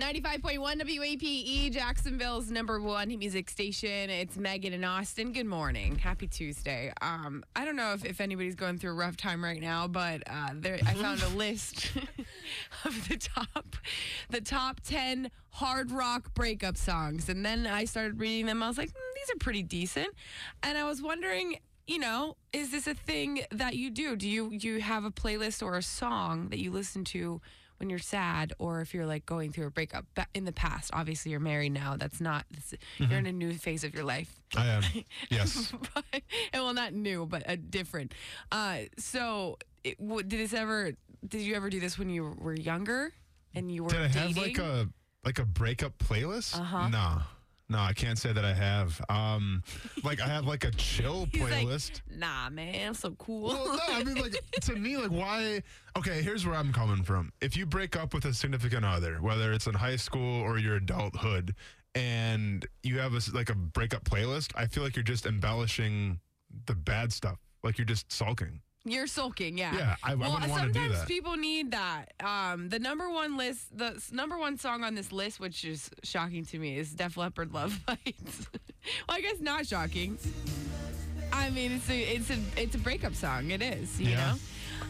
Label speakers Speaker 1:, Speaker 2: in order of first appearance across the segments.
Speaker 1: 95.1 WAPE, E, Jacksonville's number one music station. It's Megan and Austin. Good morning. Happy Tuesday. Um, I don't know if, if anybody's going through a rough time right now, but uh, there, I found a list of the top the top 10 hard rock breakup songs. And then I started reading them. I was like, "Hmm, these are pretty decent. And I was wondering, you know, is this a thing that you do? Do you you have a playlist or a song that you listen to when you're sad or if you're like going through a breakup? Ba- In the past, obviously you're married now. That's not this, you're
Speaker 2: Mm-hmm.
Speaker 1: in a new phase of your life.
Speaker 2: I am. Yes.
Speaker 1: But, and well, not new, but a different. Uh, so, it, w- did this ever? Did you ever do this when you were younger and you were
Speaker 2: Did I have
Speaker 1: dating?
Speaker 2: like a like a breakup playlist? Uh-huh. No. No, I can't say that I have. Um like I have like a chill
Speaker 1: He's like,
Speaker 2: playlist.
Speaker 1: nah, man, I'm so cool.
Speaker 2: Well, no, I mean, like, to me, like, why? Okay, here's where I'm coming from. If you break up with a significant other, whether it's in high school or your adulthood, and you have a s like a breakup playlist, I feel like you're just embellishing the bad stuff. Like you're just sulking.
Speaker 1: You're sulking, yeah.
Speaker 2: Yeah, I- I
Speaker 1: well,
Speaker 2: wouldn't wanna
Speaker 1: sometimes
Speaker 2: do that.
Speaker 1: people need that. Um, the number one list, the s- number one song on this list, which is shocking to me, is Def Leppard "Love Bites." well, I guess not shocking. I mean, it's a it's a it's a breakup song. It is, you
Speaker 2: Yeah.
Speaker 1: know.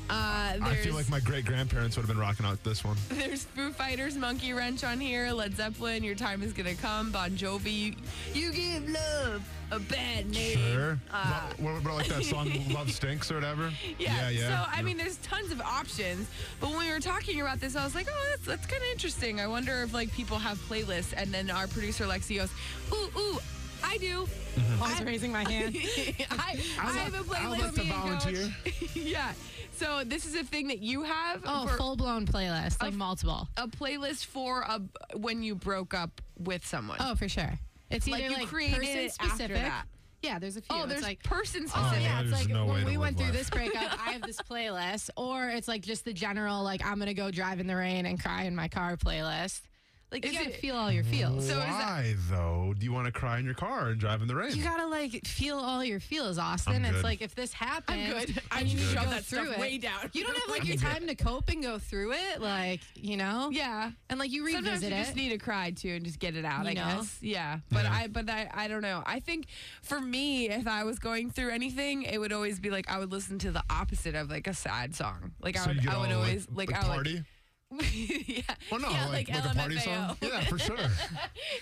Speaker 1: Uh,
Speaker 2: I feel like
Speaker 1: there's-
Speaker 2: my great grandparents would have been rocking out this one.
Speaker 1: there's Foo Fighters, Monkey Wrench on here, Led Zeppelin, Your Time Is Gonna Come, Bon Jovi, You, you Give Love a Bad Name.
Speaker 2: Sure.
Speaker 1: Uh,
Speaker 2: Lo- what about like that song "Love Stinks" or whatever?
Speaker 1: Yeah. So I mean, there's tons of options. But when we were talking about this, I was like, oh, that's that's kind of interesting. I wonder if like people have playlists. And then our producer Lexi goes, ooh, ooh, I do.
Speaker 3: I was raising my hand.
Speaker 1: Mm-hmm. I, I have a playlist.
Speaker 2: I'd like to
Speaker 1: Me and Coach.
Speaker 2: volunteer.
Speaker 1: yeah. So this is a thing that you have.
Speaker 4: Oh,
Speaker 1: for-
Speaker 4: full blown playlist, like
Speaker 1: f-
Speaker 4: multiple.
Speaker 1: a playlist for a when you broke up with someone.
Speaker 4: Oh, for sure. It's
Speaker 1: Like
Speaker 4: either
Speaker 1: you
Speaker 4: like
Speaker 1: created
Speaker 4: person
Speaker 1: it after
Speaker 4: specific.
Speaker 1: that.
Speaker 4: Yeah, there's a few.
Speaker 1: Oh,
Speaker 4: It's
Speaker 1: there's
Speaker 4: like
Speaker 1: person
Speaker 2: Oh,
Speaker 4: Oh
Speaker 1: specific.
Speaker 2: yeah,
Speaker 4: yeah, it's
Speaker 2: there's
Speaker 4: like
Speaker 2: no way
Speaker 4: when
Speaker 2: to
Speaker 4: we went
Speaker 2: live
Speaker 4: through
Speaker 2: life.
Speaker 4: this breakup, I have this playlist, or it's like just the general like I'm gonna go drive in the rain and cry in my car playlist. Like
Speaker 1: Is
Speaker 4: you gotta
Speaker 1: it-
Speaker 4: feel all your feels.
Speaker 1: So is that-
Speaker 2: Why though? Do you want to cry in your car and drive in the rain?
Speaker 4: you gotta like feel all your feels, Austin.
Speaker 2: I'm
Speaker 4: It's
Speaker 2: good.
Speaker 4: like if this happens,
Speaker 1: I'm good.
Speaker 4: and
Speaker 1: I
Speaker 4: you need to
Speaker 1: shove
Speaker 4: go
Speaker 1: that
Speaker 4: through
Speaker 1: stuff
Speaker 4: it.
Speaker 1: way down.
Speaker 4: You don't have like
Speaker 1: I'm
Speaker 4: your
Speaker 1: good.
Speaker 4: time to cope and go through it, like you know.
Speaker 1: Yeah.
Speaker 4: and like you revisit
Speaker 1: Sometimes you
Speaker 4: it.
Speaker 1: just need to cry too and just get it out.
Speaker 4: You
Speaker 1: I
Speaker 4: know?
Speaker 1: guess, yeah. But
Speaker 2: Yeah.
Speaker 1: I, but I, I don't know. I think for me, if I was going through anything, it would always be like I would listen to the opposite of like a sad song. Like I
Speaker 2: you
Speaker 1: would,
Speaker 2: get
Speaker 1: I would
Speaker 2: all,
Speaker 1: always like,
Speaker 2: the
Speaker 1: I would,
Speaker 2: party.
Speaker 1: yeah,
Speaker 2: Well, no,
Speaker 1: yeah,
Speaker 2: like, like a party song. Yeah, for sure.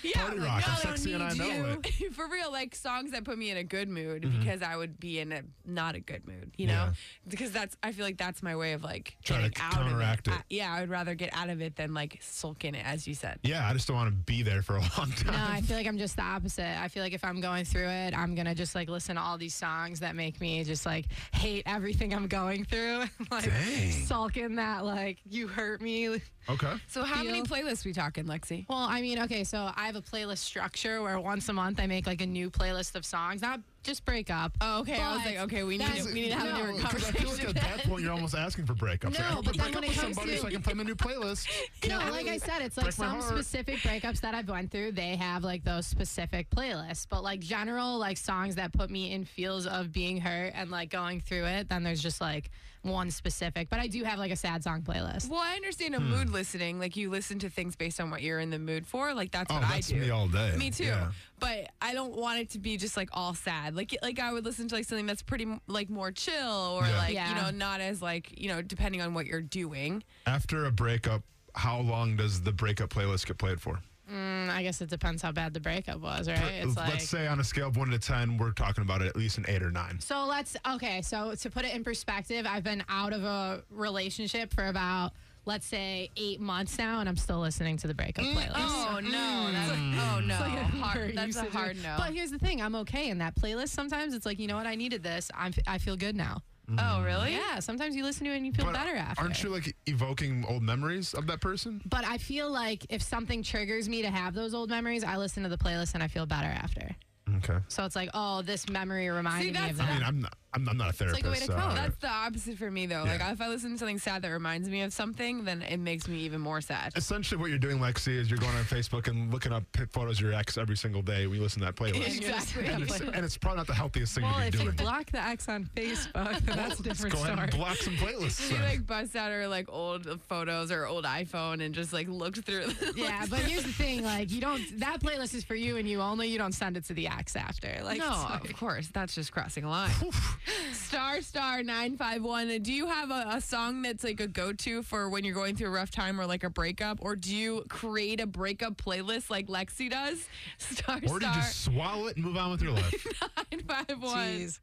Speaker 1: yeah,
Speaker 2: Party
Speaker 1: like,
Speaker 2: rock. I'm
Speaker 1: I don't
Speaker 2: sexy and I
Speaker 1: need
Speaker 2: know Mm-hmm.
Speaker 1: you. For real, like songs that put me in a good mood because I would be in a not a good mood, you
Speaker 2: Yeah.
Speaker 1: know? Because that's I feel like that's my way of like
Speaker 2: Try to
Speaker 1: getting out of
Speaker 2: counteract it.
Speaker 1: I- yeah, I would rather get out of it than like sulk in it, as you said.
Speaker 2: yeah, I just don't want to be there for a long
Speaker 4: No,
Speaker 2: time.
Speaker 4: I feel like I'm just the opposite. I feel like if I'm going through it, I'm gonna just like listen to all these songs that make me just like hate everything I'm going through, and, like
Speaker 2: Dang.
Speaker 4: sulk in that like you hurt me. Well,
Speaker 2: Okay.
Speaker 1: So how many
Speaker 4: Deal.
Speaker 1: playlists we talking, Lexi?
Speaker 4: I mean, okay, so I have a playlist structure where once a month I make like a new playlist of songs, not just break up.
Speaker 1: Oh, okay. I was like, okay, we need
Speaker 4: that's-
Speaker 1: to- we need to have a
Speaker 4: no,
Speaker 1: different
Speaker 2: Because I feel like at that point you're almost asking for breakups.
Speaker 4: No,
Speaker 2: I hope
Speaker 4: but
Speaker 2: I
Speaker 4: then
Speaker 2: break up
Speaker 4: when it
Speaker 2: with
Speaker 4: comes
Speaker 2: somebody
Speaker 4: to-
Speaker 2: so I can play my new playlist.
Speaker 4: No, like I said, it's like
Speaker 2: Break my
Speaker 4: some
Speaker 2: heart.
Speaker 4: specific breakups that I've went through, they have like those specific playlists. But like general like songs that put me in feels of being hurt and like going through it, then there's just like one specific. But I do have like a sad song playlist.
Speaker 1: Well, I understand
Speaker 2: Hmm.
Speaker 1: a mood listening. Like you listen to things based on what you're in the mood for. Like that's
Speaker 2: Oh,
Speaker 1: what
Speaker 2: that's
Speaker 1: I do.
Speaker 2: me all day.
Speaker 1: Me too.
Speaker 2: Yeah.
Speaker 1: But I don't want it to be just like all sad. Like like I would listen to like something that's pretty like more chill or
Speaker 2: Yeah.
Speaker 1: like you know
Speaker 4: Yeah.
Speaker 1: not as like you know depending on what you're doing.
Speaker 2: After a breakup, how long does the breakup playlist get played for?
Speaker 4: Mm, I guess it depends how bad the breakup was, right? It's like
Speaker 2: Let's say on a scale of one to ten, we're talking about at least an eight or nine.
Speaker 4: so let's okay, so to put it in perspective, I've been out of a relationship for about let's say eight months now and I'm still listening to the breakup
Speaker 2: Mm,
Speaker 4: playlist.
Speaker 1: Oh no! That's,
Speaker 4: Mm.
Speaker 1: oh no! hard, that's a hard no.
Speaker 4: But here's the thing: I'm okay in that playlist. Sometimes it's like, you know what? I needed this. I'm, I feel good now.
Speaker 1: oh really?
Speaker 4: Yeah. Sometimes you listen to it and you feel
Speaker 2: But
Speaker 4: better after.
Speaker 2: Aren't you like evoking old memories of that person?
Speaker 4: But I feel like if something triggers me to have those old memories, I listen to the playlist and I feel better after.
Speaker 2: Okay.
Speaker 4: So it's like, oh, this memory reminded me
Speaker 1: that's-
Speaker 4: of
Speaker 2: I
Speaker 4: that.
Speaker 2: mean, I'm not. I'm not, I'm not a
Speaker 4: like
Speaker 2: therapist.
Speaker 4: a way to
Speaker 2: so I
Speaker 4: cope.
Speaker 2: don't-
Speaker 1: That's the opposite for me, though. Like,
Speaker 2: Yeah.
Speaker 1: if I listen to something sad that reminds me of something, then it makes me even more sad.
Speaker 2: Essentially, what you're doing, Lexi, is you're going on Facebook and looking up photos of your ex every single day. We listen to that playlist,
Speaker 1: Exactly.
Speaker 2: and, it's, and it's probably not the healthiest thing
Speaker 3: Well,
Speaker 2: to be
Speaker 3: if you
Speaker 2: doing.
Speaker 3: block the ex on Facebook, then that's a different
Speaker 2: Go ahead
Speaker 3: story.
Speaker 2: and block some playlists.
Speaker 1: She
Speaker 2: then.
Speaker 1: like busts out her like old photos or old iPhone and just like looked through. the-
Speaker 4: yeah, but here's the thing: like, you don't. That playlist is for you and you only. You don't send it to the ex after. Like,
Speaker 1: no,
Speaker 4: it's
Speaker 1: of course that's just crossing a line. star star nine five one. Do you have a, a song that's like a go to for when you're going through a rough time or like a breakup, or do you create a breakup playlist like Lexi does? Star
Speaker 2: or do you
Speaker 1: star
Speaker 2: just swallow it and move on with your life?
Speaker 1: nine five one.
Speaker 3: Jeez.